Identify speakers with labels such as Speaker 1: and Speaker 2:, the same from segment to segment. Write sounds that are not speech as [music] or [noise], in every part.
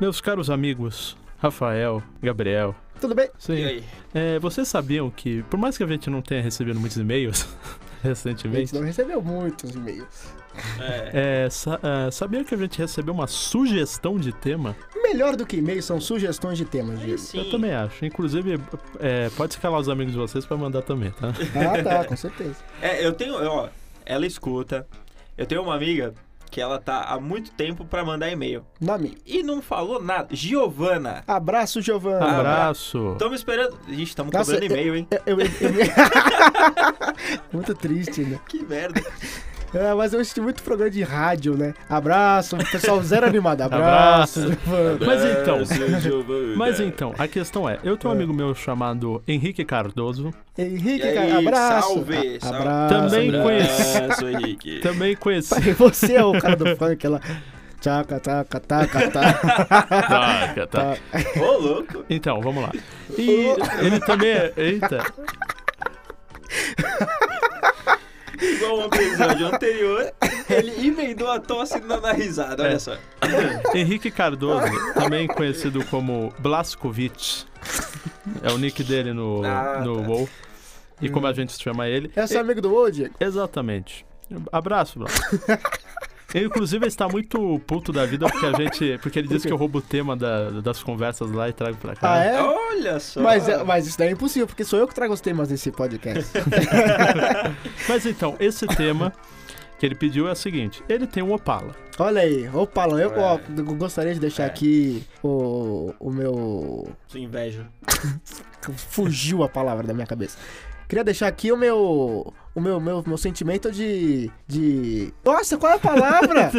Speaker 1: Meus caros amigos, Rafael, Gabriel.
Speaker 2: Tudo bem?
Speaker 1: Sim. É, vocês sabiam que, por mais que a gente não tenha recebido muitos e-mails [laughs]
Speaker 2: A gente
Speaker 1: recentemente,
Speaker 2: não recebeu muitos e-mails.
Speaker 3: É.
Speaker 1: é, sa- ah, sabiam que a gente recebeu uma sugestão de tema?
Speaker 2: Melhor do que e-mails são sugestões de temas,
Speaker 3: Aí
Speaker 2: Diego.
Speaker 3: sim.
Speaker 1: Eu também acho. Inclusive, é, pode escalar os amigos de vocês pra mandar também, tá?
Speaker 2: Ah, tá, com certeza.
Speaker 3: É, eu tenho, ó, ela escuta. Eu tenho uma amiga que ela tá há muito tempo pra mandar e-mail.
Speaker 2: Nome.
Speaker 3: E não falou nada. Giovana.
Speaker 2: Abraço,
Speaker 1: Ah,
Speaker 2: Giovana.
Speaker 1: Um Abraço.
Speaker 3: Tamo esperando. Gente, estamos
Speaker 2: Nossa, é-
Speaker 3: cobrando e-mail, hein?
Speaker 2: Eu- eu- eu- [laughs] muito triste, né?
Speaker 3: Que [laughs] merda.
Speaker 2: É, mas eu assisti muito programa de rádio, né? Abraço, pessoal zero animado. Abraço,
Speaker 1: Abraço.
Speaker 2: Giovana.
Speaker 1: Mas então-
Speaker 3: Abraço, Giovana.
Speaker 1: Mas então, a questão é, eu tenho um amigo meu chamado Henrique Cardoso,
Speaker 2: Henrique,
Speaker 3: E aí,
Speaker 2: cara, abraço.
Speaker 3: salve,
Speaker 2: A-
Speaker 3: salve.
Speaker 2: abraço.
Speaker 1: Também
Speaker 2: abraço.
Speaker 1: conheci-
Speaker 3: Abraço, Henrique.
Speaker 1: também conheci... [laughs]
Speaker 2: Pai, Você é o cara do funk, ela... Tchaca, tchaca, taca, taca.
Speaker 1: Taca, tá.
Speaker 3: Ô, louco.
Speaker 1: Então, vamos lá. E ele também é... Eita.
Speaker 3: Igual um episódio anterior, ele emendou a tosse na, na risada, olha
Speaker 1: É.
Speaker 3: só.
Speaker 1: Henrique Cardoso, também conhecido como Blaskovic. É o nick dele no,
Speaker 3: Ah,
Speaker 1: no
Speaker 3: tá. Hum.
Speaker 1: WoW. E como a gente chama ele.
Speaker 2: É seu amigo do Ô, Diego?
Speaker 1: Exatamente. Abraço, Blas. Ele, inclusive, ele está muito puto da vida porque a gente. Porque ele disse que eu roubo o tema da- das conversas lá e trago pra cá.
Speaker 2: Ah, é?
Speaker 3: Olha só.
Speaker 2: Mas, é- mas isso daí é impossível, porque sou eu que trago os temas desse podcast.
Speaker 1: Mas então, esse tema que ele pediu é o seguinte: ele tem um Opala.
Speaker 2: Olha aí, ô Paulo, eu
Speaker 3: É.
Speaker 2: ó, eu gostaria de deixar
Speaker 3: É.
Speaker 2: aqui o, o meu.
Speaker 3: Sua inveja.
Speaker 2: Fugiu a palavra da minha cabeça. Queria deixar aqui o meu. O meu, meu, meu sentimento de. de. Nossa, qual é a
Speaker 3: [laughs]
Speaker 2: palavra?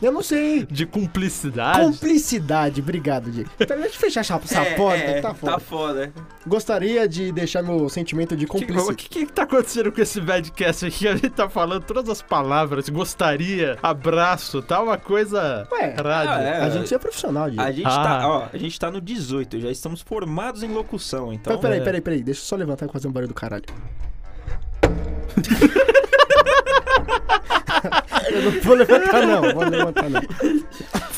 Speaker 2: eu não sei.
Speaker 1: De cumplicidade.
Speaker 2: Cumplicidade, obrigado, Diego. Então, Deixa eu fechar essa, essa
Speaker 3: É,
Speaker 2: porta,
Speaker 3: é,
Speaker 2: tá foda.
Speaker 3: foda.
Speaker 2: Gostaria de deixar meu sentimento de
Speaker 1: O que, o
Speaker 2: cumplicidade.
Speaker 1: que, que tá acontecendo com esse badcast aqui? A gente tá falando todas as palavras, gostaria, abraço, tá uma coisa
Speaker 2: Ué,
Speaker 3: Ah,
Speaker 1: rádio.
Speaker 3: é,
Speaker 2: a gente é profissional, Diego.
Speaker 3: a gente
Speaker 1: Ah.
Speaker 3: tá, ó, a gente tá no 18, já estamos formados em locução, então.
Speaker 2: Então, peraí,
Speaker 1: é.
Speaker 2: peraí, peraí. Deixa eu só levantar e fazer um barulho do caralho. [laughs] eu não vou levantar, não. Vou levantar, não.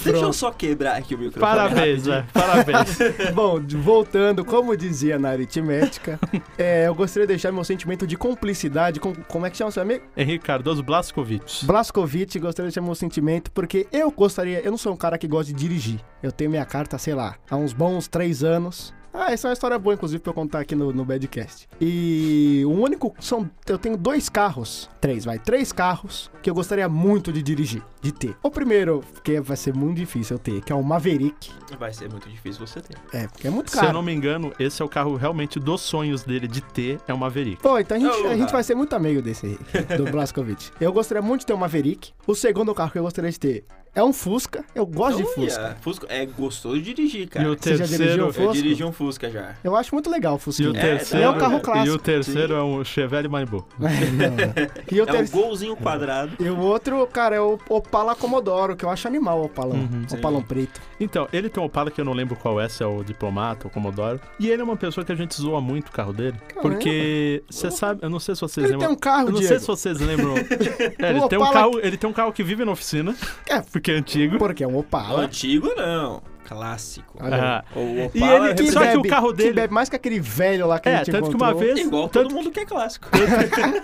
Speaker 3: Deixa eu só quebrar aqui o microfone.
Speaker 1: Parabéns, é, parabéns.
Speaker 2: Bom, de- voltando, como dizia na [laughs] aritmética, é, eu gostaria de deixar meu sentimento de cumplicidade com. Como é que chama seu amigo?
Speaker 1: Henrique Cardoso Blaskovic.
Speaker 2: Blaskovic, gostaria de deixar meu sentimento, porque eu gostaria. Eu não sou um cara que gosta de dirigir. Eu tenho minha carta, sei lá, há uns bons três anos. Ah, essa é uma história boa, inclusive, pra eu contar aqui no, no Badcast. E o único. São, eu tenho dois carros. Três, vai. Três carros que eu gostaria muito de dirigir, de ter. O primeiro, que vai ser muito difícil eu ter, que é o Maverick.
Speaker 3: [laughs] Vai ser muito difícil você ter.
Speaker 2: É, porque é muito
Speaker 1: Se eu
Speaker 2: caro.
Speaker 1: não me engano, esse é o carro realmente dos sonhos dele de ter, é uma Maverick.
Speaker 2: Pô, então a gente,
Speaker 3: Olá.
Speaker 2: a gente vai ser muito amigo desse aí, do Blaskovic. eu gostaria muito de ter um Maverick. O segundo carro que eu gostaria de ter é um Fusca. Eu gosto de Fusca.
Speaker 3: Olha, Fusca. É gostoso de dirigir,
Speaker 1: e
Speaker 3: cara.
Speaker 1: o
Speaker 2: você já dirigiu
Speaker 1: terceiro,
Speaker 2: o
Speaker 3: Eu
Speaker 2: Fusca?
Speaker 3: dirigi um Fusca já.
Speaker 2: Eu acho muito legal o
Speaker 1: e
Speaker 2: Fusquinha.
Speaker 1: o
Speaker 3: É,
Speaker 1: terceiro,
Speaker 3: é um carro
Speaker 1: e o
Speaker 2: clássico.
Speaker 1: terceiro é um Chevelle Malibu.
Speaker 2: [laughs] E, o
Speaker 3: É um
Speaker 2: ter-
Speaker 3: golzinho quadrado.
Speaker 2: e o outro, cara, é o Opala Comodoro, que eu acho animal o Opalão.
Speaker 1: Uhum,
Speaker 3: sim.
Speaker 2: Opalão preto.
Speaker 1: Então, ele tem um Opala que eu não lembro qual é, se é o Diplomata ou o Commodore. E ele é uma pessoa que a gente zoa muito o carro dele, porque você sabe, eu não sei se vocês
Speaker 2: Ele
Speaker 1: lembram
Speaker 2: tem um carro,
Speaker 1: Eu não
Speaker 2: Diego.
Speaker 1: sei se vocês
Speaker 2: [laughs]
Speaker 1: lembram. É, ele,
Speaker 2: O
Speaker 1: tem um
Speaker 2: Opala-
Speaker 1: carro, ele tem um carro que vive na oficina, [laughs]
Speaker 2: É.
Speaker 1: porque é antigo.
Speaker 2: Porque é um Opala.
Speaker 3: Antigo não. Clássico.
Speaker 2: Olha aí.
Speaker 1: Ah,
Speaker 3: O
Speaker 1: E
Speaker 3: Opala é
Speaker 1: ele que-
Speaker 3: representa-
Speaker 1: só o carro dele-
Speaker 2: Que bebe mais que aquele velho lá que a
Speaker 1: É,
Speaker 2: gente
Speaker 1: tanto que uma
Speaker 2: encontrou.
Speaker 1: vez.
Speaker 3: Igual todo
Speaker 1: tanto,
Speaker 3: mundo que é clássico.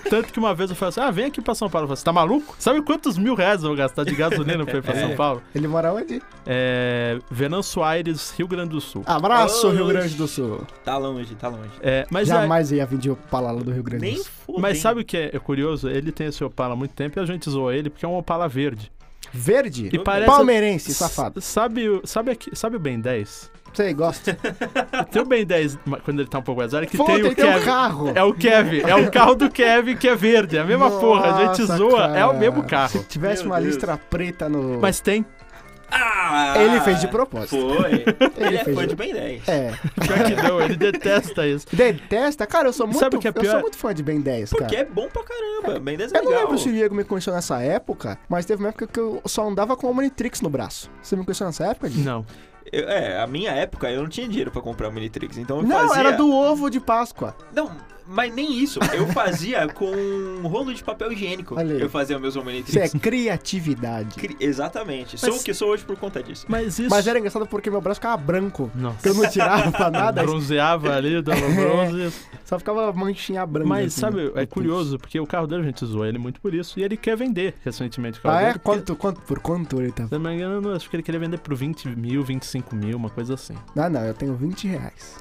Speaker 1: tanto que uma vez eu falei assim: ah, vem aqui pra São Paulo. Eu falei, você tá maluco? Sabe quantos mil reais eu vou gastar de gasolina pra ir
Speaker 2: [laughs]
Speaker 1: pra
Speaker 3: É.
Speaker 1: São Paulo?
Speaker 2: Ele mora onde?
Speaker 1: É. Venanço Aires, Rio Grande do Sul.
Speaker 2: Abraço,
Speaker 3: Oxi.
Speaker 2: Rio Grande do Sul.
Speaker 3: Tá longe, tá longe.
Speaker 1: É, mas é-
Speaker 2: Jamais ia vir de Opala lá do Rio Grande do
Speaker 3: Nem
Speaker 2: Sul.
Speaker 3: foda.
Speaker 1: Mas
Speaker 3: hein?
Speaker 1: sabe o que é curioso? Ele tem esse Opala há muito tempo e a gente zoa ele porque é um Opala verde.
Speaker 2: Verde?
Speaker 1: E parece.
Speaker 2: Palmeirense, safado.
Speaker 1: Sabe, o- sabe, aqui- sabe o Ben
Speaker 3: [laughs]
Speaker 1: 10?
Speaker 2: Você gosta?
Speaker 1: Tem o Ben 10, ma- quando ele tá um pouco mais velho, [laughs] que
Speaker 2: Pô,
Speaker 1: tem
Speaker 2: ele
Speaker 1: o Kevin.
Speaker 2: um carro.
Speaker 1: É o Kevin, é o carro do Kevin que é verde, é a mesma porra, a gente
Speaker 2: Nossa,
Speaker 1: zoa, é o
Speaker 2: cara.
Speaker 1: mesmo carro.
Speaker 2: Se tivesse
Speaker 3: Meu
Speaker 2: uma
Speaker 3: Deus.
Speaker 2: listra preta no.
Speaker 1: Mas tem,
Speaker 3: Ah,
Speaker 2: Ele fez de propósito.
Speaker 3: Foi. Ele é
Speaker 2: fez
Speaker 3: fã
Speaker 2: de-
Speaker 3: de Ben 10.
Speaker 2: É.
Speaker 1: pior [laughs] que não, ele detesta isso.
Speaker 2: Detesta? Cara, eu sou muito,
Speaker 1: Sabe o que é
Speaker 2: eu
Speaker 1: pior?
Speaker 2: sou muito fã de Ben 10, cara.
Speaker 3: Porque é bom pra caramba. Ben 10 é
Speaker 2: Eu não
Speaker 3: legal.
Speaker 2: lembro se o Diego me conheceu nessa época, mas teve uma época que eu só andava com a Omnitrix no braço. Você me conheceu nessa época, Diego?
Speaker 1: Não.
Speaker 3: Eu- é, a minha época eu não tinha dinheiro pra comprar o Minitrix, então eu
Speaker 2: Não,
Speaker 3: fazia...
Speaker 2: era do ovo de Páscoa.
Speaker 3: Não, Mas nem isso. Eu fazia [laughs] com um rolo de papel higiênico.
Speaker 2: Olha aí.
Speaker 3: Eu fazia meus Omnitrix.
Speaker 2: Isso é criatividade.
Speaker 3: Cri- Exatamente. Sou o que sou hoje por conta disso.
Speaker 1: Mas isso.
Speaker 2: Mas era engraçado porque meu braço ficava branco.
Speaker 1: Nossa.
Speaker 2: que Eu não tirava [laughs] pra nada,
Speaker 1: Bronzeava ali,
Speaker 2: [laughs]
Speaker 1: dava
Speaker 2: É,
Speaker 1: bronze.
Speaker 2: só ficava manchinha branca.
Speaker 1: Mas
Speaker 2: assim.
Speaker 1: sabe, é curioso, porque o carro dele a gente zoou ele muito por isso. E ele quer vender recentemente o carro
Speaker 2: Ah, é?
Speaker 1: dele. porque-
Speaker 2: Quanto, quanto, por quanto ele tá?
Speaker 1: Se eu não me engano, acho que ele queria vender por 20 mil, 25 mil, uma coisa assim.
Speaker 2: Ah, não, eu tenho 20 reais.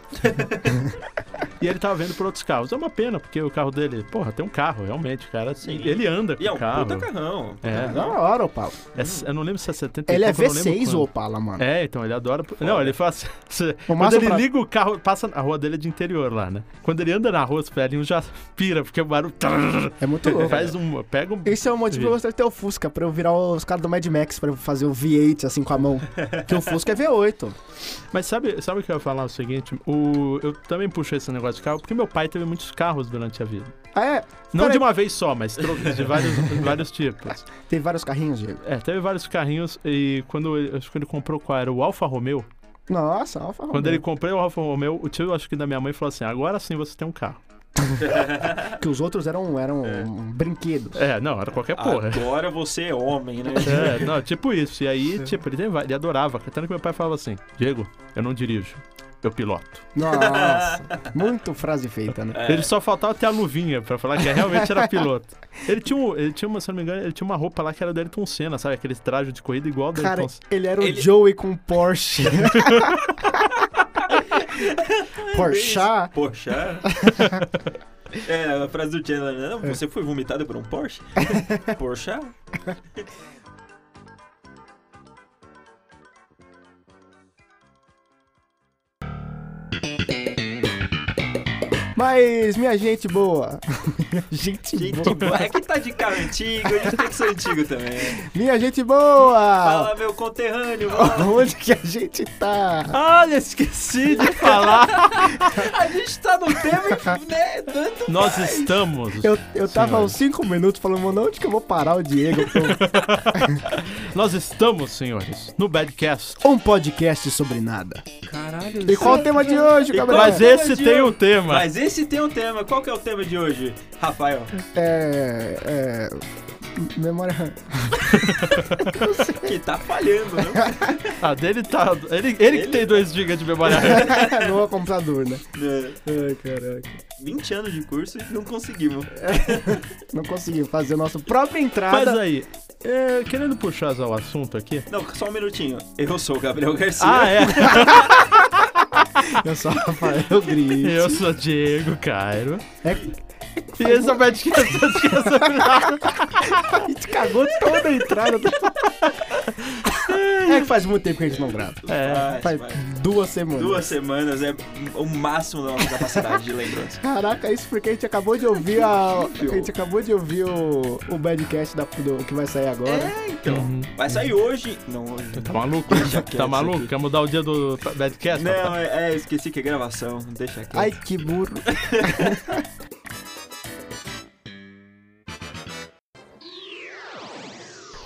Speaker 1: E ele tava vendo por outros carros. É uma pena, porque o carro dele, porra, tem um carro, realmente, cara. assim,
Speaker 3: Sim.
Speaker 1: Ele anda com
Speaker 3: E é um
Speaker 1: o carro.
Speaker 3: puta carrão. puta
Speaker 1: É.
Speaker 3: carrão.
Speaker 2: Da hora, Opala.
Speaker 1: É s- eu não lembro se é 70 e
Speaker 2: Ele é
Speaker 1: pouco, eu não lembro
Speaker 2: V6 o
Speaker 1: quando.
Speaker 2: Opala, mano.
Speaker 1: É, então, ele adora. Não, ele faz. [laughs]
Speaker 2: O
Speaker 1: Quando
Speaker 2: máximo
Speaker 1: ele
Speaker 2: pra-
Speaker 1: liga o carro, passa. A rua dele é de interior lá, né? Quando ele anda na rua, os velhinhos já pira, porque o barulho. [laughs]
Speaker 2: É muito
Speaker 3: [laughs]
Speaker 2: louco.
Speaker 1: Faz um. Pega um.
Speaker 2: Esse é o motivo pra eu gostar de ter o Fusca, pra eu virar os caras do Mad Max, pra eu fazer o V8 assim com
Speaker 1: [laughs]
Speaker 2: a mão. Porque o Fusca é V8.
Speaker 1: Mas sabe, sabe o que eu ia falar? O seguinte, o... eu também puxei esse negócio de carro, porque meu pai teve muitos carros durante a vida.
Speaker 2: Ah, é?
Speaker 1: Não
Speaker 2: Peraí.
Speaker 1: de uma vez só, mas tro- de vários, [laughs] vários tipos.
Speaker 2: Teve vários carrinhos, Diego.
Speaker 1: É, teve vários carrinhos e quando ele, acho que ele comprou qual era o Alfa Romeo,
Speaker 2: Nossa, Alfa
Speaker 1: quando
Speaker 2: Romeo.
Speaker 1: ele comprou o Alfa Romeo, o tio acho que da minha mãe falou assim: "Agora sim você tem um carro".
Speaker 2: Que os outros eram, eram um brinquedo.
Speaker 1: É, não, era qualquer
Speaker 3: Ah,
Speaker 1: porra.
Speaker 3: Agora você é homem, né?
Speaker 1: [laughs] É, não, tipo isso. E aí, tipo, ele, tem va- ele adorava. Tanto que meu pai falava assim: Diego, eu não dirijo, eu piloto. [laughs]
Speaker 2: Nossa, muito frase feita, né?
Speaker 3: É.
Speaker 1: Ele só faltava ter a luvinha pra falar que realmente
Speaker 2: [laughs]
Speaker 1: era piloto. Ele tinha, um, ele tinha uma, se eu não me engano, ele tinha uma roupa lá que era do Ayrton Senna, sabe? Aquele traje de corrida igual ao do
Speaker 2: Cara,
Speaker 1: Ayrton Senna.
Speaker 2: ele era o
Speaker 3: Ele-
Speaker 2: Joey
Speaker 1: [laughs]
Speaker 2: com Porsche. [laughs] Porsche. [laughs]
Speaker 3: Poxa. É, a frase do Chandler, né? Não, Você foi vomitado por
Speaker 2: [laughs]
Speaker 3: um Porsche? Porsche.
Speaker 2: Mas, minha
Speaker 1: [laughs]
Speaker 2: gente boa. gente,
Speaker 3: Gente,
Speaker 2: boa.
Speaker 3: boa. é que tá de carro antigo, a gente tem que ser antigo também.
Speaker 2: Minha gente boa.
Speaker 3: Fala, meu conterrâneo. mano.
Speaker 2: Onde que a gente tá?
Speaker 1: Olha, esqueci
Speaker 2: [laughs]
Speaker 1: de falar.
Speaker 3: A gente tá no tema [laughs] que, né? Tanto
Speaker 1: Nós estamos.
Speaker 2: Eu, eu tava
Speaker 1: Senhora.
Speaker 2: aos 5 minutos falando, mano, onde que eu vou parar o Diego?
Speaker 1: Nós estamos, senhores, no Badcast.
Speaker 2: [laughs] Um podcast sobre nada.
Speaker 3: Caralho,
Speaker 2: E qual o tema de hoje,
Speaker 3: E
Speaker 2: Gabriel?
Speaker 3: qual-
Speaker 1: Mas
Speaker 3: Mas
Speaker 1: esse
Speaker 3: hoje
Speaker 1: tem
Speaker 3: eu-
Speaker 1: um tema.
Speaker 3: Mas esse tem um tema. Qual que é o tema de hoje, Rafael?
Speaker 2: É. É. Memória.
Speaker 3: Que tá falhando, né?
Speaker 1: Ah, dele tá. Ele, ele que
Speaker 3: Ele-
Speaker 1: tem 2 GB de memória RAM.
Speaker 2: [laughs] no computador, né?
Speaker 3: [laughs] É,
Speaker 2: Ai, caraca.
Speaker 3: 20 anos de curso e não conseguimos.
Speaker 2: Não consegui fazer nossa própria
Speaker 1: Mas
Speaker 2: entrada.
Speaker 1: aí, é, querendo puxar o assunto aqui.
Speaker 3: Não, só um minutinho. Eu sou o Gabriel Garcia.
Speaker 1: Ah, é.
Speaker 3: é.
Speaker 2: Eu sou Rafael Gris.
Speaker 1: Eu sou Diego Cairo.
Speaker 2: É,
Speaker 1: E esse é o podcast do Dia sobre Nada.
Speaker 2: a gente cagou toda a
Speaker 3: [laughs]
Speaker 2: entrada. do- É que faz muito tempo que a gente não grava.
Speaker 1: É.
Speaker 3: Vai,
Speaker 2: Faz
Speaker 3: vai.
Speaker 2: duas semanas.
Speaker 3: Duas semanas é o máximo da nossa capacidade de lembrança.
Speaker 2: Caraca, isso porque a gente acabou de ouvir a. A gente acabou de ouvir o, o badcast da, do, que vai sair agora.
Speaker 3: É, então.
Speaker 1: Uhum.
Speaker 3: Vai sair hoje. Não, hoje.
Speaker 1: Tá maluco? né?
Speaker 3: Deixa quieto
Speaker 1: Tá maluco?
Speaker 3: isso
Speaker 1: Quer mudar o dia do podcast?
Speaker 3: Não, é, é, esqueci que é gravação. Deixa aqui.
Speaker 2: Ai, que burro. é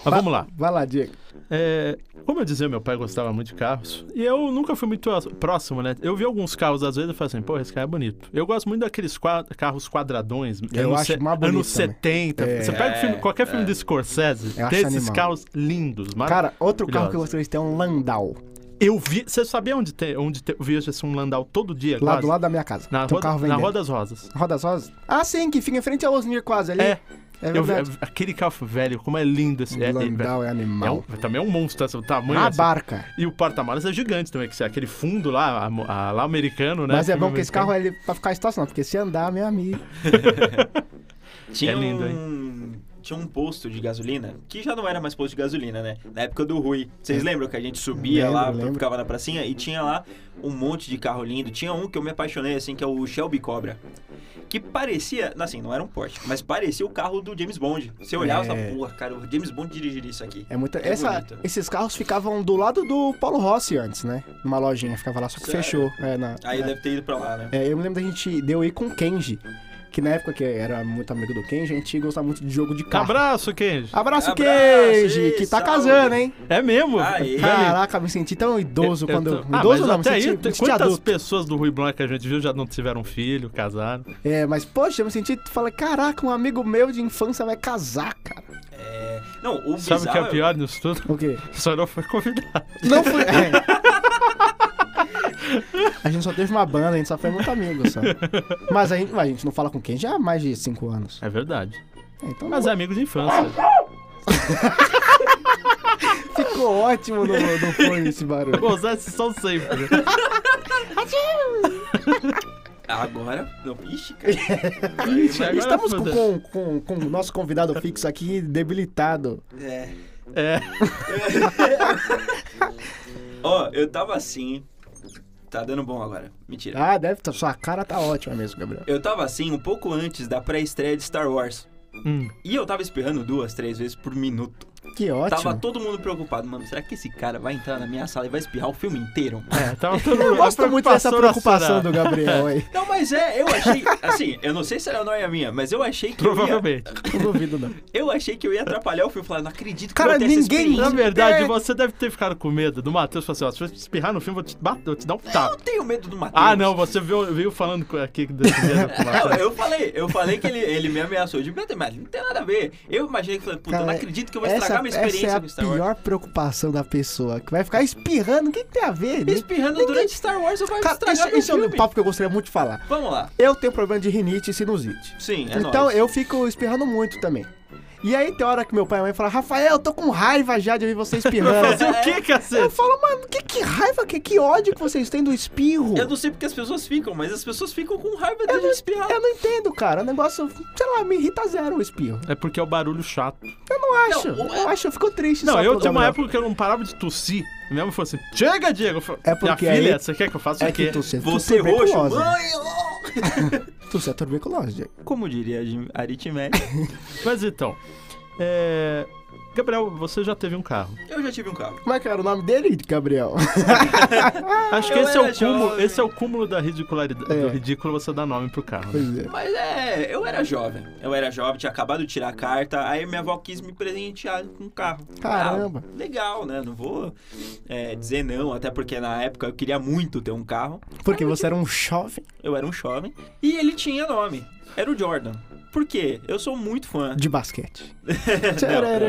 Speaker 1: Mas vamos lá.
Speaker 2: Vai lá, Diego.
Speaker 1: É, como eu dizia, meu pai gostava muito de carros. E eu nunca fui muito a- próximo, né? Eu vi alguns carros às vezes e falei assim, pô, esse carro é bonito. Eu gosto muito daqueles qua- carros quadradões.
Speaker 2: Eu
Speaker 1: anos
Speaker 2: acho
Speaker 1: se-
Speaker 2: mais bonito
Speaker 1: Anos
Speaker 2: também.
Speaker 1: 70.
Speaker 2: É.
Speaker 1: Você pega o filme- qualquer
Speaker 3: É.
Speaker 1: filme do Scorsese,
Speaker 2: Eu
Speaker 1: tem
Speaker 2: acho
Speaker 1: esses
Speaker 2: animal.
Speaker 1: carros lindos. Mas
Speaker 2: Cara, outro carro
Speaker 1: Maravilhoso.
Speaker 2: que eu gostaria de ter é um Landau.
Speaker 1: eu vi... Você sabia onde, tem, onde te, eu vejo assim, um Landau todo dia?
Speaker 2: Lá
Speaker 1: quase?
Speaker 2: do lado da minha casa.
Speaker 1: Na,
Speaker 2: Tem um
Speaker 1: rua,
Speaker 2: carro
Speaker 1: na
Speaker 2: vendendo.
Speaker 1: Rua das Rosas.
Speaker 2: Rodas Rosas? Ah, sim, que fica em frente ao Osnir quase ali.
Speaker 1: É.
Speaker 2: é
Speaker 1: Eu vi-
Speaker 2: verdade.
Speaker 1: aquele carro velho, como é lindo esse. É, é-
Speaker 2: O Landau é
Speaker 1: é um-
Speaker 2: animal.
Speaker 1: também é um monstro, assim, o tamanho.
Speaker 2: a
Speaker 1: assim.
Speaker 2: barca.
Speaker 1: E o porta-malas é gigante também, que é aquele fundo lá, a- a- lá americano, né?
Speaker 2: Mas é
Speaker 1: Filme
Speaker 2: bom que esse
Speaker 1: americano.
Speaker 2: carro é ele pra ficar estacionado, porque se andar, meu amigo.
Speaker 3: Tinha
Speaker 1: É lindo,
Speaker 3: um... Tinha um posto de gasolina, que já não era mais posto de gasolina, né? Na época do Rui. Vocês lembram que a gente subia
Speaker 2: Lembro,
Speaker 3: lá,
Speaker 2: lembro.
Speaker 3: ficava na pracinha e tinha lá um monte de carro lindo. Tinha um que eu me apaixonei, assim, que é o Shelby Cobra. Que parecia, assim, não era um Porsche, mas parecia o carro do James Bond. Você olhava e
Speaker 2: É.
Speaker 3: falava, porra, cara, o James Bond dirigiria isso aqui.
Speaker 2: É muita.
Speaker 3: É
Speaker 2: essa-
Speaker 3: bonito.
Speaker 2: esses carros ficavam do lado do Paulo Rossi antes, né? Numa lojinha, ficava lá, só que
Speaker 3: Sério?
Speaker 2: fechou. É, na,
Speaker 3: Aí
Speaker 2: é.
Speaker 3: deve ter ido pra lá, né?
Speaker 2: É, eu me lembro da gente deu aí com o Kenji. que na época que era muito amigo do Kenji, a gente gostava muito de jogo de carro.
Speaker 1: Tá Abraço, Kenji.
Speaker 2: Abraço,
Speaker 3: Abraço,
Speaker 2: Kenji,
Speaker 3: e
Speaker 2: que tá
Speaker 3: saúde.
Speaker 2: casando, hein?
Speaker 1: É mesmo?
Speaker 3: Aê.
Speaker 1: Cara,
Speaker 2: Caraca, me senti tão idoso
Speaker 1: eu- eu
Speaker 2: quando.
Speaker 1: tô- Ah,
Speaker 2: Idoso
Speaker 1: mas
Speaker 2: não, me
Speaker 1: até aí,
Speaker 2: senti, me
Speaker 1: tem-
Speaker 2: senti
Speaker 1: quantas
Speaker 2: adulto.
Speaker 1: pessoas do Rui Blanc que a gente viu já não tiveram filho, casaram?
Speaker 2: É, mas poxa, eu me senti. Falei, caraca, um amigo meu de infância vai casar, cara.
Speaker 3: É... Não, o bizarro...
Speaker 1: Sabe o que é pior nisso tudo?
Speaker 2: O quê?
Speaker 1: Só não foi convidado.
Speaker 2: Não [laughs] fui. é. A gente só teve uma banda, a gente só foi muito amigo, só. Mas a gente, mas a gente não fala com quem já há mais de 5 anos.
Speaker 1: É verdade.
Speaker 2: É, Então
Speaker 1: Mas é amigo de infância. é-
Speaker 2: ficou ótimo no, no fone esse barulho.
Speaker 1: Vou usar esse som sempre. né?
Speaker 3: Agora... Não, ixi, cara.
Speaker 1: Ixi, agora
Speaker 2: Estamos
Speaker 1: foda.
Speaker 2: com, com, com o nosso convidado fixo aqui debilitado.
Speaker 3: É...
Speaker 1: É.
Speaker 3: [laughs] Ó, eu tava assim... Tá dando bom agora. Mentira.
Speaker 2: Ah, deve tá, sua cara tá ótima mesmo, Gabriel.
Speaker 3: Eu tava assim um pouco antes da pré-estreia de Star Wars.
Speaker 1: [laughs] Hum.
Speaker 3: E eu tava espirrando duas, três vezes por minuto.
Speaker 2: Que
Speaker 3: Tava
Speaker 2: ótimo.
Speaker 3: todo mundo preocupado. Mano, será que esse cara vai entrar na minha sala e vai espirrar o filme inteiro?
Speaker 1: É, tava todo
Speaker 2: Eu
Speaker 1: mundo-
Speaker 2: gosto
Speaker 1: a
Speaker 2: muito dessa preocupação
Speaker 1: nacional.
Speaker 2: do Gabriel
Speaker 3: [laughs]
Speaker 2: aí.
Speaker 3: Não, mas é, eu achei... Assim, eu não sei se era nóia minha, mas eu achei que eu ia...
Speaker 1: Provavelmente.
Speaker 2: Não duvido, não.
Speaker 3: Eu achei que eu ia atrapalhar o filme. Falar, não acredito que
Speaker 2: Cara,
Speaker 3: eu vou ter essa
Speaker 2: ninguém-
Speaker 3: experiência.
Speaker 1: Na verdade,
Speaker 2: É.
Speaker 1: você deve ter ficado com medo do Matheus. Falou assim, ó, se você espirrar no filme, eu te, bato, eu te dar um
Speaker 3: Eu
Speaker 1: tapa.
Speaker 3: tenho medo do Matheus.
Speaker 1: Ah, não, você veio, veio falando com- aqui desse medo
Speaker 2: [laughs]
Speaker 1: com o
Speaker 3: Não,
Speaker 1: Matheus.
Speaker 3: eu falei, eu falei que ele, ele me ameaçou de medo, mas não tem nada a ver. Eu imaginei que falei, puta, eu não
Speaker 2: Cara,
Speaker 3: acredito que eu vou
Speaker 2: Essa,
Speaker 3: estragar minha
Speaker 2: essa
Speaker 3: experiência
Speaker 2: é a
Speaker 3: com Star Wars.
Speaker 2: pior preocupação da pessoa, que vai ficar espirrando. O que, que tem a ver? né?
Speaker 3: Espirrando
Speaker 2: Ninguém-
Speaker 3: durante Star Wars, eu vou
Speaker 2: Cara,
Speaker 3: estragar
Speaker 2: isso,
Speaker 3: meu
Speaker 2: isso é um
Speaker 3: filme.
Speaker 2: papo que eu gostaria muito de falar.
Speaker 3: Vamos lá.
Speaker 2: Eu tenho problema de rinite e sinusite.
Speaker 3: Sim, é
Speaker 2: então
Speaker 3: nóis.
Speaker 2: eu fico espirrando muito também. E aí tem hora que meu pai e mãe falam, Rafael, eu tô com raiva já de ouvir você
Speaker 3: [laughs]
Speaker 2: espirrando.
Speaker 1: Fazer o que, é
Speaker 2: eu
Speaker 1: cacete?
Speaker 2: falo, mano, que, que raiva, que, que ódio que vocês têm do espirro.
Speaker 3: Eu não sei porque as pessoas ficam, mas as pessoas ficam com raiva
Speaker 2: Eu
Speaker 3: de
Speaker 2: não-
Speaker 3: espirrar.
Speaker 2: Eu não entendo, cara. O negócio, sei lá, me irrita zero o espirro.
Speaker 1: É porque é o barulho chato.
Speaker 2: Eu não acho.
Speaker 3: Não, o-
Speaker 2: eu acho, eu fico triste.
Speaker 1: Não,
Speaker 2: só
Speaker 1: eu
Speaker 2: pelo
Speaker 1: tinha uma
Speaker 2: Gabriel.
Speaker 1: época que eu não parava de tossir. Minha mãe falou assim: Chega, Diego! Eu falei,
Speaker 2: É porque
Speaker 1: Minha filha,
Speaker 2: aí-
Speaker 1: você quer que eu faça
Speaker 2: É
Speaker 1: o quê?
Speaker 2: que tu, tu,
Speaker 3: Você
Speaker 2: é
Speaker 3: roxo,
Speaker 2: tuberculose.
Speaker 3: mãe! ó.
Speaker 2: Tu é tuberculose, Diego.
Speaker 3: Como diria a aritmética,
Speaker 1: Mas então, é... Gabriel, você já teve um carro.
Speaker 3: eu já tive um carro.
Speaker 2: Como é que era o nome dele, Gabriel? [laughs] Ah,
Speaker 1: Acho que
Speaker 3: eu
Speaker 1: esse é, o
Speaker 3: era
Speaker 1: cúmulo,
Speaker 3: jovem.
Speaker 1: esse é o cúmulo da ridicularidade.
Speaker 2: É.
Speaker 1: Do ridículo você dar nome pro carro. né?
Speaker 2: Pois é.
Speaker 3: Mas é, eu era jovem. Eu era jovem, tinha acabado de tirar a carta, aí minha avó quis me presentear com um carro.
Speaker 2: Caramba.
Speaker 3: Ah, legal, né? Não vou é, dizer não, até porque na época eu queria muito ter um carro.
Speaker 2: Porque você era um jovem.
Speaker 3: Eu era um jovem. E ele tinha nome. Era o Jordan. Por quê? Eu sou muito fã.
Speaker 2: De basquete.
Speaker 3: Tcharará.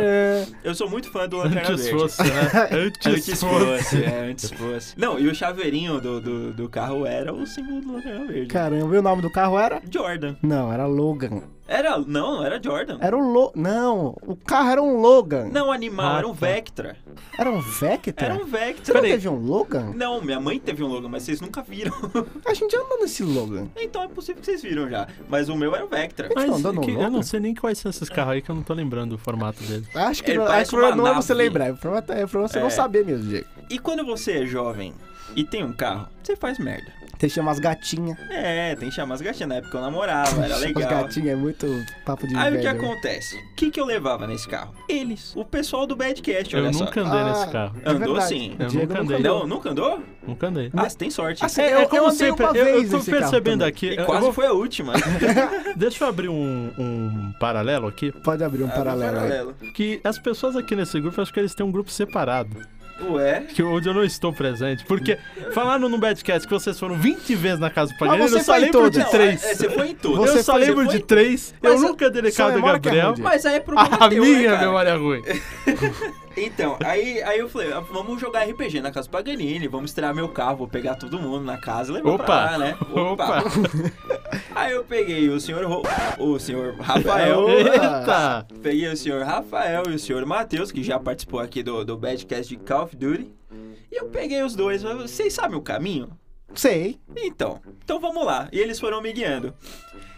Speaker 3: Eu sou muito fã do
Speaker 2: é.
Speaker 3: Lanterna
Speaker 1: Antes
Speaker 3: Verde.
Speaker 1: fosse,
Speaker 2: [laughs]
Speaker 1: né? Antes,
Speaker 3: Antes
Speaker 1: fosse.
Speaker 3: fosse, é, antes fosse. Não, e o chaveirinho do, do, do carro era o símbolo do Lanterna Verde.
Speaker 2: Caramba, e o nome do carro era?
Speaker 3: Jordan.
Speaker 2: Não, era Logan.
Speaker 3: Era, não, era Jordan.
Speaker 2: Era um Lo... Não, o carro era um Logan.
Speaker 3: Não, animal,
Speaker 1: Ah,
Speaker 3: era um
Speaker 1: tá.
Speaker 3: Vectra.
Speaker 2: Era um Vectra?
Speaker 3: Era um Vectra.
Speaker 2: Você não
Speaker 1: Peraí.
Speaker 2: teve um Logan?
Speaker 3: Não, minha mãe teve um Logan, mas vocês nunca viram. [laughs]
Speaker 2: A gente anda nesse Logan.
Speaker 3: então é possível que vocês viram já. Mas o meu era o Vectra.
Speaker 2: Eles
Speaker 1: Mas
Speaker 2: estão dando
Speaker 1: que-
Speaker 2: louco?
Speaker 1: eu não sei nem quais são esses carros aí que eu não tô lembrando o formato dele.
Speaker 2: Acho que
Speaker 3: Ele
Speaker 2: não,
Speaker 3: parece
Speaker 2: acho que o problema
Speaker 3: uma
Speaker 2: não é você
Speaker 3: nave.
Speaker 2: lembrar. O problema é o problema é você
Speaker 3: É.
Speaker 2: não saber mesmo, Diego.
Speaker 3: E quando você é jovem e tem um carro, você faz merda.
Speaker 2: Você chama as gatinhas.
Speaker 3: É, tem que chamar as gatinhas. Na época eu namorava, era
Speaker 2: As
Speaker 3: legal.
Speaker 2: gatinhas é muito papo de né?
Speaker 3: Aí o
Speaker 2: velho.
Speaker 3: que acontece? O que, que eu levava nesse carro? Eles. O pessoal do Badcast,
Speaker 1: Eu
Speaker 3: olha só.
Speaker 1: nunca andei
Speaker 2: Ah.
Speaker 1: nesse carro.
Speaker 2: É
Speaker 3: Andou
Speaker 2: verdade.
Speaker 3: sim.
Speaker 1: Eu
Speaker 2: Diego
Speaker 1: nunca
Speaker 2: nunca
Speaker 1: andei.
Speaker 2: andou.
Speaker 3: Não, nunca andou?
Speaker 1: Nunca andei.
Speaker 3: Ah, você tem sorte.
Speaker 2: Assim, eu, eu,
Speaker 1: como
Speaker 2: andei
Speaker 1: sempre,
Speaker 2: uma
Speaker 1: eu, eu
Speaker 2: vez
Speaker 1: tô
Speaker 2: nesse carro
Speaker 1: percebendo
Speaker 2: também.
Speaker 1: aqui.
Speaker 3: E
Speaker 1: eu- eu
Speaker 3: quase
Speaker 1: vou-
Speaker 3: foi
Speaker 1: [laughs]
Speaker 3: a última.
Speaker 1: deixa eu abrir um, um paralelo aqui.
Speaker 2: Pode abrir um paralelo. aí.
Speaker 1: Que as pessoas aqui nesse grupo, eu acho que eles têm um grupo separado.
Speaker 3: Ué?
Speaker 1: Que onde eu não estou presente. Porque falaram no Badcast que vocês foram 20 vezes na casa do Paganini,
Speaker 2: Mas você
Speaker 1: eu só
Speaker 2: foi em
Speaker 1: lembro
Speaker 2: todas.
Speaker 1: de
Speaker 3: Não,
Speaker 1: três.
Speaker 3: é, você foi em tudo.
Speaker 1: eu
Speaker 2: você
Speaker 1: só
Speaker 2: foi-
Speaker 1: lembro
Speaker 3: você
Speaker 1: de três. Eu
Speaker 2: Mas
Speaker 1: nunca dei
Speaker 2: sua
Speaker 1: recado do
Speaker 2: memória que é
Speaker 1: Gabriel.
Speaker 2: ruim, Diego.
Speaker 3: Mas aí é problema
Speaker 1: A
Speaker 3: teu, né,
Speaker 1: minha
Speaker 3: cara?
Speaker 1: memória é ruim.
Speaker 3: Então, aí, aí eu falei, ah, vamos jogar RPG na casa do Paganini, vamos estrear meu carro, vou pegar todo mundo na casa e levar
Speaker 1: Opa!
Speaker 3: pra lá, né?
Speaker 1: Opa!
Speaker 3: Aí eu peguei o senhor Ro... o senhor
Speaker 1: [laughs]
Speaker 3: Rafael,
Speaker 1: Eita!
Speaker 3: peguei o senhor Rafael e o senhor Matheus, que já participou aqui do, do Badcast de Call of Duty, e eu peguei os dois, eu falei, vocês sabem o caminho?
Speaker 2: Sei.
Speaker 3: Então, então vamos lá. E eles foram me guiando.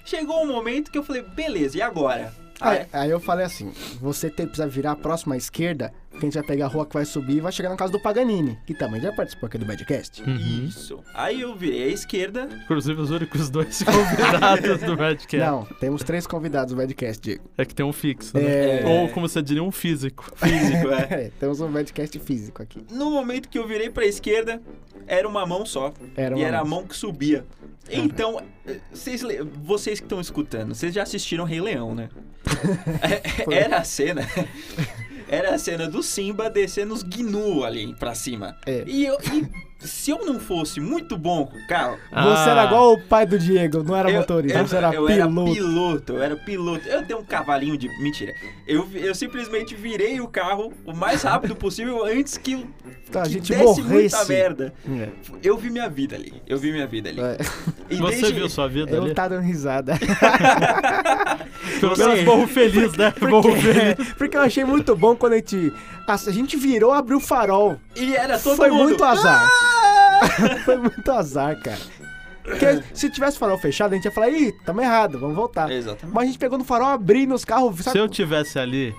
Speaker 3: Chegou um momento que eu falei, beleza, e agora?
Speaker 2: Aí,
Speaker 3: Aí-
Speaker 2: aí eu falei assim: você tem, precisa virar a próxima esquerda que a gente vai pegar a rua que vai subir e vai chegar na casa do Paganini, que também já participou aqui do Badcast.
Speaker 3: Isso. Aí eu virei à esquerda.
Speaker 1: Inclusive os únicos dois [laughs] convidados do
Speaker 3: é?
Speaker 1: Madcast.
Speaker 2: Não, temos três convidados do Badcast, Diego. [laughs]
Speaker 1: É que tem um fixo, né?
Speaker 2: É.
Speaker 1: Ou, como você diria, um
Speaker 2: [laughs]
Speaker 1: físico.
Speaker 3: Físico, é.
Speaker 2: É, temos um Badcast físico aqui.
Speaker 3: No momento que eu virei pra esquerda, era uma mão só.
Speaker 2: Era
Speaker 3: e
Speaker 2: uma
Speaker 3: era a
Speaker 2: mão.
Speaker 3: mão que subia. Então, eh, vocês, le- vocês que estão escutando, vocês já assistiram Rei
Speaker 2: [laughs]
Speaker 3: Leão, né? É,
Speaker 2: Foi.
Speaker 3: era a cena. [laughs] Era a cena do Simba descendo os Gnu ali pra cima.
Speaker 2: É.
Speaker 3: E, eu, e se eu não fosse muito bom com o carro.
Speaker 2: Você
Speaker 1: Ah,
Speaker 2: era igual o pai do Diego, não era
Speaker 3: Ah. eu,
Speaker 2: motorista,
Speaker 3: eu-
Speaker 2: você era
Speaker 3: eu
Speaker 2: piloto.
Speaker 3: era piloto, eu era piloto. Eu dei um cavalinho de. Mentira. Eu, eu simplesmente virei o carro o mais rápido possível antes que,
Speaker 2: Então, a
Speaker 3: que
Speaker 2: gente
Speaker 3: desse muita
Speaker 2: morresse.
Speaker 3: merda.
Speaker 2: É.
Speaker 3: Eu vi minha vida ali. Eu vi minha vida ali.
Speaker 2: É.
Speaker 3: E
Speaker 1: Você
Speaker 3: desde-
Speaker 1: viu sua vida ali?
Speaker 2: Eu tá dando
Speaker 3: [laughs]
Speaker 2: risada.
Speaker 1: Pelo
Speaker 3: Você-
Speaker 1: menos morro feliz, né? Morro feliz.
Speaker 2: assim. [laughs] Porque, é. porque eu achei muito bom quando a gente. A, a gente virou, abriu o farol.
Speaker 3: E era todo
Speaker 2: Foi
Speaker 3: mundo.
Speaker 2: muito azar.
Speaker 3: Ah!
Speaker 2: [laughs] Foi muito azar, cara. Porque se tivesse farol fechado, a gente ia falar, ih, tamo errado, vamos voltar.
Speaker 3: Exatamente.
Speaker 2: Mas a gente pegou no farol abrindo os carros,
Speaker 1: Se
Speaker 2: sabe?
Speaker 1: eu tivesse ali,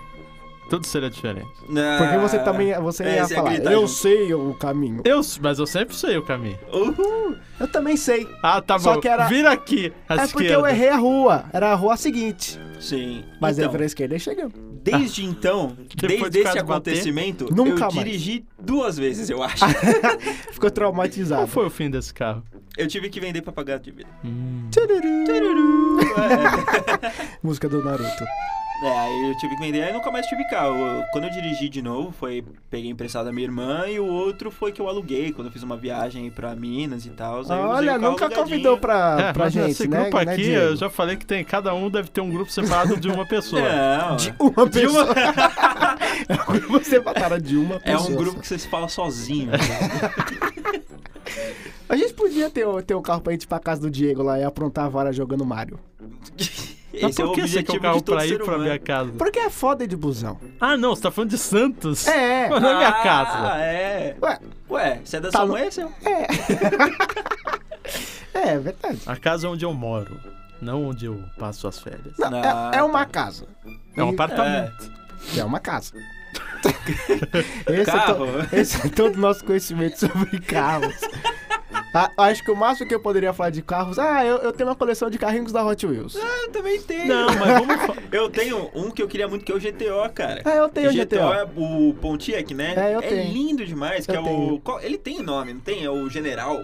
Speaker 1: tudo seria diferente.
Speaker 2: Porque você também você
Speaker 3: É,
Speaker 2: ia
Speaker 3: você ia
Speaker 2: falar,
Speaker 3: gritar
Speaker 2: eu
Speaker 3: junto."
Speaker 2: sei o caminho.
Speaker 1: Eu, mas eu sempre sei o caminho.
Speaker 3: Uhul.
Speaker 2: Eu também sei.
Speaker 1: Ah, tá
Speaker 2: Só
Speaker 1: bom.
Speaker 2: que era-
Speaker 1: Vira aqui, à
Speaker 2: é porque
Speaker 1: esquerda.
Speaker 2: eu errei a rua. Era a rua seguinte.
Speaker 3: Sim.
Speaker 2: Mas é
Speaker 3: então,
Speaker 2: aí pra esquerda e chegamos.
Speaker 3: desde então,
Speaker 1: Ah. Depois
Speaker 3: desde
Speaker 1: do cara
Speaker 3: esse
Speaker 1: bater,
Speaker 3: acontecimento,
Speaker 2: nunca
Speaker 3: eu
Speaker 2: mais. Ah.
Speaker 3: dirigi duas vezes, eu acho.
Speaker 2: Ficou
Speaker 1: Qual
Speaker 2: traumatizado.
Speaker 1: foi o fim desse carro?
Speaker 3: eu tive que vender pra pagar a dívida.
Speaker 1: Hum.
Speaker 2: Tururu.
Speaker 3: É,
Speaker 2: [laughs] Música do Naruto.
Speaker 3: é, aí eu tive que vender, aí nunca mais tive carro. Eu- quando eu dirigi de novo, foi peguei emprestado da minha irmã e o outro foi que eu aluguei quando eu fiz uma viagem pra Minas e tal. aí eu usei o
Speaker 2: Olha,
Speaker 3: carro
Speaker 2: nunca
Speaker 3: alugadinho.
Speaker 2: convidou pra,
Speaker 1: É,
Speaker 2: pra
Speaker 1: mas
Speaker 2: gente,
Speaker 1: esse
Speaker 2: né?
Speaker 1: grupo
Speaker 2: né,
Speaker 1: aqui,
Speaker 2: Diego?
Speaker 1: eu já falei que tem, cada um deve ter um grupo separado de
Speaker 2: [laughs]
Speaker 1: uma pessoa.
Speaker 2: É,
Speaker 3: Não.
Speaker 2: Uma
Speaker 1: De
Speaker 2: pessoa. [laughs]
Speaker 1: uma-
Speaker 2: Você mataram de uma
Speaker 3: É
Speaker 2: pessoa.
Speaker 3: um grupo que vocês falam sozinho.
Speaker 2: A gente podia ter, o- ter um carro pra ir pra casa do Diego lá e aprontar a vara jogando Mario.
Speaker 1: Mas
Speaker 3: Esse é o
Speaker 1: por que você quer
Speaker 3: objetivo
Speaker 1: o carro
Speaker 3: de todo
Speaker 1: pra ir
Speaker 3: ser
Speaker 1: pra
Speaker 3: humano.
Speaker 1: minha casa?
Speaker 2: Porque é foda ir de busão.
Speaker 1: Ah, não, você tá falando de Santos?
Speaker 2: É.
Speaker 1: [laughs] Mas não é minha
Speaker 3: Ah,
Speaker 1: casa.
Speaker 3: é.
Speaker 2: Ué,
Speaker 3: Ué, você é da
Speaker 2: Tá
Speaker 3: sua
Speaker 2: no-
Speaker 3: mãe, é seu?
Speaker 2: é verdade.
Speaker 1: A casa é onde eu moro, não onde eu passo as férias.
Speaker 2: Não,
Speaker 3: Ah,
Speaker 2: é, é uma casa.
Speaker 1: É um
Speaker 2: E-
Speaker 1: apartamento.
Speaker 2: É uma casa. [laughs] esse, [laughs]
Speaker 3: Carro.
Speaker 2: É to- esse é todo o nosso conhecimento sobre carros. A- acho que o máximo que eu poderia falar de carros. Ah, eu, eu tenho uma coleção de carrinhos da Hot Wheels.
Speaker 3: Eu também tenho.
Speaker 1: Não, mas vamos
Speaker 3: [laughs]
Speaker 1: falar.
Speaker 3: Eu tenho um que eu queria muito, que é o GTO, cara.
Speaker 2: Ah, eu tenho o
Speaker 3: é
Speaker 2: GTO.
Speaker 3: o Pontiac, né?
Speaker 2: É, eu tenho.
Speaker 3: lindo demais, que
Speaker 2: Eu
Speaker 3: é
Speaker 2: tenho.
Speaker 3: o... qual- Ele tem nome, não tem? É o General.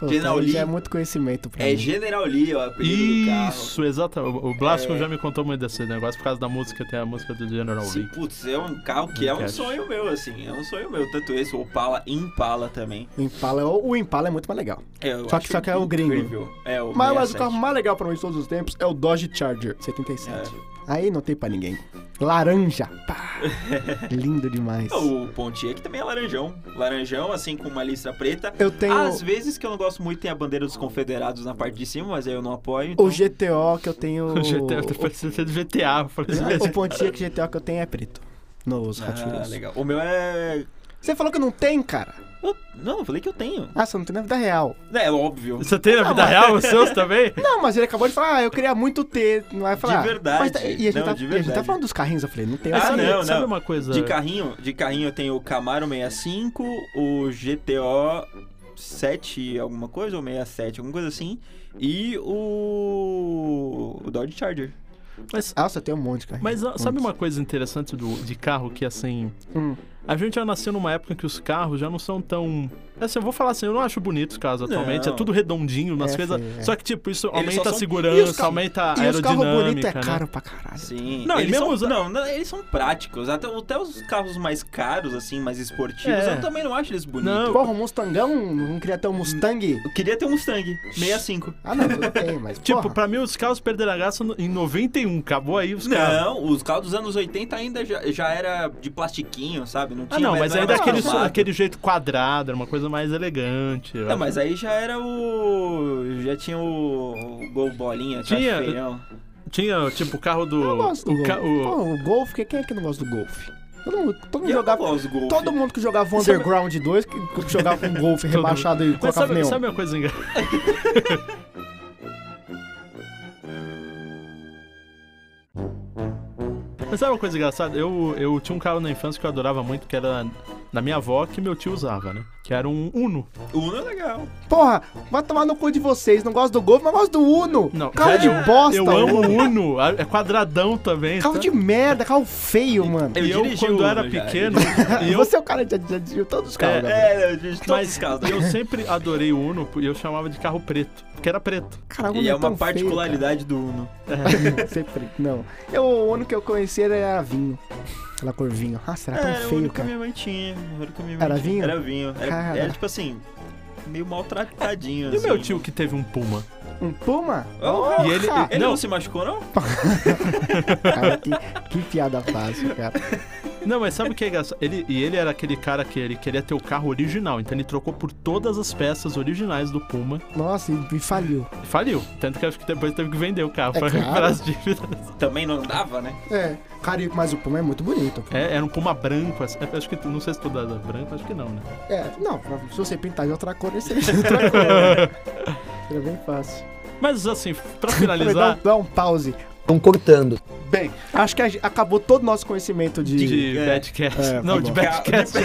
Speaker 2: Pô,
Speaker 3: General
Speaker 2: já é
Speaker 3: Lee.
Speaker 2: muito conhecimento pra
Speaker 3: É
Speaker 2: mim.
Speaker 3: General Lee, ó, o apelido do carro.
Speaker 1: Isso, exatamente. O Blasco
Speaker 3: É.
Speaker 1: já me contou muito desse negócio por causa da música, tem a música do General
Speaker 3: Sim,
Speaker 1: Lee. [laughs]
Speaker 3: putz, é um carro que
Speaker 1: Não
Speaker 3: é um
Speaker 1: quero.
Speaker 3: sonho meu, assim. É um sonho meu. Tanto esse, o Opala Impala também.
Speaker 2: O Impala, o o Impala é muito mais legal.
Speaker 3: Eu
Speaker 2: Só que-
Speaker 3: acho
Speaker 2: só que é o gringo.
Speaker 3: incrível. É, o
Speaker 2: Mas, mas o
Speaker 3: 67.
Speaker 2: carro mais legal pra mim de todos os tempos é o Dodge Charger 77.
Speaker 3: É.
Speaker 2: Aí não tem pra ninguém. Laranja.
Speaker 3: [laughs]
Speaker 2: Pá. Lindo demais.
Speaker 3: O Pontiac também é laranjão. Laranjão, assim, com uma listra preta.
Speaker 2: Eu tenho
Speaker 3: Às vezes que eu não gosto muito tem a bandeira dos confederados na parte de cima, mas aí eu não apoio. então-
Speaker 2: o GTO que eu
Speaker 3: [laughs]
Speaker 2: tenho.
Speaker 1: O GTA, eu tô
Speaker 3: tá
Speaker 1: é parecendo GTA, eu falei assim,
Speaker 2: o Pontiac GTO que eu tenho é preto. Nos Hot
Speaker 3: Ah,
Speaker 2: Wheels.
Speaker 3: legal. O meu é.
Speaker 2: Você falou que não tem, cara.
Speaker 3: Eu- Não, eu falei que eu tenho.
Speaker 2: Ah, você não tem na vida real.
Speaker 3: É óbvio.
Speaker 1: Você tem na vida
Speaker 3: é.
Speaker 1: real os seus também?
Speaker 2: Não, mas ele acabou de falar, ah, eu queria muito ter. Não vai falar.
Speaker 3: De verdade.
Speaker 2: mas tá- e, a gente
Speaker 3: Não,
Speaker 2: tá, e
Speaker 3: de
Speaker 2: a gente
Speaker 3: verdade.
Speaker 2: tá falando dos carrinhos, eu falei, não tem
Speaker 3: Ah,
Speaker 1: Mas
Speaker 2: essa
Speaker 1: sabe,
Speaker 3: não,
Speaker 1: Assim, sabe
Speaker 3: não.
Speaker 1: uma coisa?
Speaker 3: De carrinho, de carrinho eu tenho o Camaro 65, o GTO 7 alguma coisa, ou 67, alguma coisa assim, e o, o Dodge Charger.
Speaker 1: Mas,
Speaker 2: Ah, você tem um monte de carrinho.
Speaker 1: mas
Speaker 2: um
Speaker 1: sabe
Speaker 2: monte.
Speaker 1: uma coisa interessante do, de carro que assim.
Speaker 2: Hum.
Speaker 1: A gente já nasceu numa época em que os carros já não são tão. Assim, eu vou falar assim, eu não acho bonito os carros atualmente. É
Speaker 3: Não.
Speaker 1: tudo redondinho, umas
Speaker 2: É,
Speaker 1: coisas.
Speaker 2: feio, é.
Speaker 1: Só que, tipo, isso
Speaker 3: Eles
Speaker 1: aumenta
Speaker 3: só
Speaker 1: a
Speaker 3: são-
Speaker 1: segurança,
Speaker 2: E os carros-
Speaker 1: aumenta a
Speaker 2: E os carros
Speaker 1: aerodinâmica.
Speaker 2: bonitos é
Speaker 1: né?
Speaker 2: caro pra caralho.
Speaker 3: Sim.
Speaker 1: Não, e
Speaker 3: eles
Speaker 1: mesmo
Speaker 3: são,
Speaker 1: os-
Speaker 3: não, não, eles são práticos. Até, até os carros mais caros, assim, mais esportivos,
Speaker 1: É.
Speaker 3: eu também não acho eles bonitos.
Speaker 1: Não.
Speaker 2: Porra, um Mustangão? Não queria ter um Mustang?
Speaker 3: Eu queria ter um Mustang 65.
Speaker 2: Ah, não, eu tenho, mas.
Speaker 1: [laughs] Tipo,
Speaker 2: porra.
Speaker 1: pra mim os carros perderam a graça no- em 91. Acabou aí os carros. Ah,
Speaker 3: Não, os carros dos anos 80 ainda já, já era de plastiquinho, sabe? Não
Speaker 1: Ah,
Speaker 3: tinha
Speaker 1: não,
Speaker 3: mais-
Speaker 1: mas
Speaker 3: não
Speaker 1: ainda
Speaker 3: era
Speaker 1: aquele,
Speaker 3: mais armado.
Speaker 1: aquele jeito quadrado, era uma coisa mais elegante. eu
Speaker 3: Não,
Speaker 1: acho.
Speaker 3: É, mas aí já era o. Já tinha o. o Gol bolinha, que
Speaker 1: Tinha.
Speaker 3: era feião.
Speaker 1: Tinha, tipo, o carro do.
Speaker 2: Eu gosto do
Speaker 1: o, ca-
Speaker 2: Golf.
Speaker 1: o-
Speaker 2: Pô, o Golf, que- quem é que não gosta do Golf? Eu não, todo mundo
Speaker 3: Eu
Speaker 2: jogava.
Speaker 3: não gosto do é Golf.
Speaker 2: Todo mundo que jogava o
Speaker 1: Sabe-
Speaker 2: Underground 2, que que jogava
Speaker 1: [laughs]
Speaker 2: um Golf rebaixado e
Speaker 1: Mas
Speaker 2: colocava
Speaker 1: sabe,
Speaker 2: nenhum.
Speaker 1: sabe uma coisa engraçada? [laughs] Mas sabe uma coisa engraçada? Eu, eu tinha um carro na infância que eu adorava muito, que era na minha avó, que meu tio usava, né? Que era um Uno.
Speaker 3: Uno é legal.
Speaker 2: Porra, vai tomar no cu de vocês. Não gosto do Golf, mas gosto do Uno.
Speaker 1: Não,
Speaker 2: carro de
Speaker 1: eu-
Speaker 3: é.
Speaker 2: bosta,
Speaker 1: Eu amo
Speaker 2: Uno.
Speaker 1: o Uno, a- é quadradão também.
Speaker 2: Carro
Speaker 1: tá?
Speaker 2: de merda, carro feio, mano.
Speaker 1: E eu,
Speaker 3: dirigi
Speaker 1: quando
Speaker 3: Uno
Speaker 1: era
Speaker 3: já,
Speaker 1: pequeno, e eu
Speaker 2: Você é o cara de dirigiu todos os carros,
Speaker 1: É,
Speaker 2: Gabriel.
Speaker 3: É, eu dirigi todos os
Speaker 1: Mas
Speaker 3: carros.
Speaker 1: eu sempre adorei o Uno e eu chamava de carro preto, porque era preto.
Speaker 2: Caralho,
Speaker 3: E
Speaker 2: não
Speaker 3: é uma
Speaker 2: tão feio,
Speaker 3: particularidade do Uno.
Speaker 2: [laughs] cara. Sempre. Não. Eu, o Uno que eu conheci era vinho. Aquela cor vinho. Nossa, era tão
Speaker 3: era o
Speaker 2: feio,
Speaker 3: Uno que a
Speaker 2: cara.
Speaker 3: minha mãe tinha. Era, o que a minha mãe
Speaker 2: Era
Speaker 3: tinha.
Speaker 2: vinho?
Speaker 3: Era vinho. Era,
Speaker 2: Cara.
Speaker 3: era, tipo assim, meio maltratadinho.
Speaker 1: E o
Speaker 3: assim.
Speaker 1: meu tio que teve um Puma?
Speaker 2: Um puma?
Speaker 3: Oh,
Speaker 1: e ele-
Speaker 2: Porra!
Speaker 3: Ele não.
Speaker 1: Não.
Speaker 3: se machucou, não?
Speaker 2: Cara, que, que piada fácil, cara.
Speaker 1: Não, mas sabe o que é engraçado? Ele, e ele era aquele cara que ele queria ter o carro original, então ele trocou por todas as peças originais do Puma
Speaker 2: Nossa, e, e faliu.
Speaker 1: e faliu. Tanto que acho que depois teve que vender o carro
Speaker 2: É
Speaker 1: pra
Speaker 2: claro.
Speaker 1: recuperar as dívidas.
Speaker 3: Também não dava, né?
Speaker 2: É. Cara, e- mas o puma é muito bonito. pô.
Speaker 1: É, era um Puma branco, assim, é, acho que, não sei se toda era branco, acho que não, né?
Speaker 2: É, não, se você pintar de outra cor, esse é de outra cor. né? [laughs] Era bem fácil.
Speaker 1: Mas assim,
Speaker 2: [laughs]
Speaker 1: pra
Speaker 2: Peraí, Dá,
Speaker 1: finalizar,
Speaker 2: um- dá um pause.
Speaker 4: Estão cortando.
Speaker 2: Bem, acho que a- acabou todo o nosso conhecimento de.
Speaker 1: de
Speaker 3: É.
Speaker 1: Badcast.
Speaker 2: É, tá
Speaker 1: não, de
Speaker 2: bom.
Speaker 1: Badcast.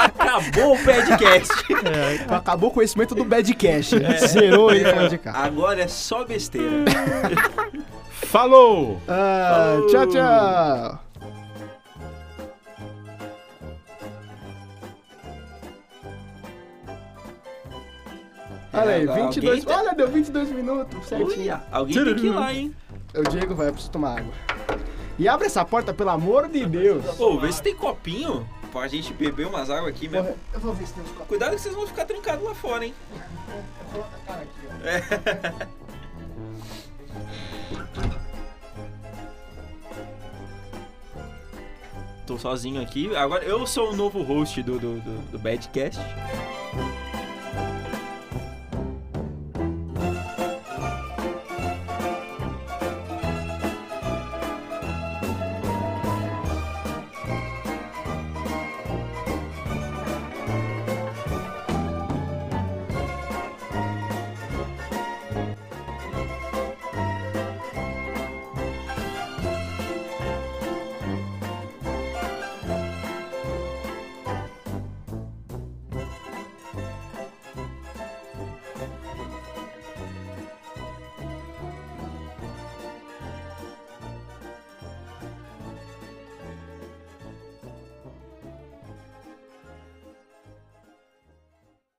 Speaker 3: Acabou o podcast.
Speaker 1: é,
Speaker 2: Então Acabou o conhecimento do Badcast. [laughs] Zerou ele falando de carro.
Speaker 3: Agora é só besteira.
Speaker 1: falou!
Speaker 2: Ah, tchau, tchau. Olha aí,
Speaker 3: Alguém
Speaker 2: 22.
Speaker 3: tem-
Speaker 2: Olha, deu 22 minutos. Certinho. É
Speaker 3: Uia, alguém tem que ir lá, hein?
Speaker 2: O Diego vai, eu preciso tomar água. E abre essa porta, pelo amor de Deus.
Speaker 3: Ô, vê se tem copinho pra gente beber umas águas aqui mesmo.
Speaker 2: Porra, eu vou ver se tem uns copos.
Speaker 3: Cuidado que vocês vão ficar trancados lá fora, hein? É.
Speaker 2: Coloca a cara aqui, ó.
Speaker 3: [laughs] Tô sozinho aqui. Agora eu sou o novo host do, do, do, do Badcast.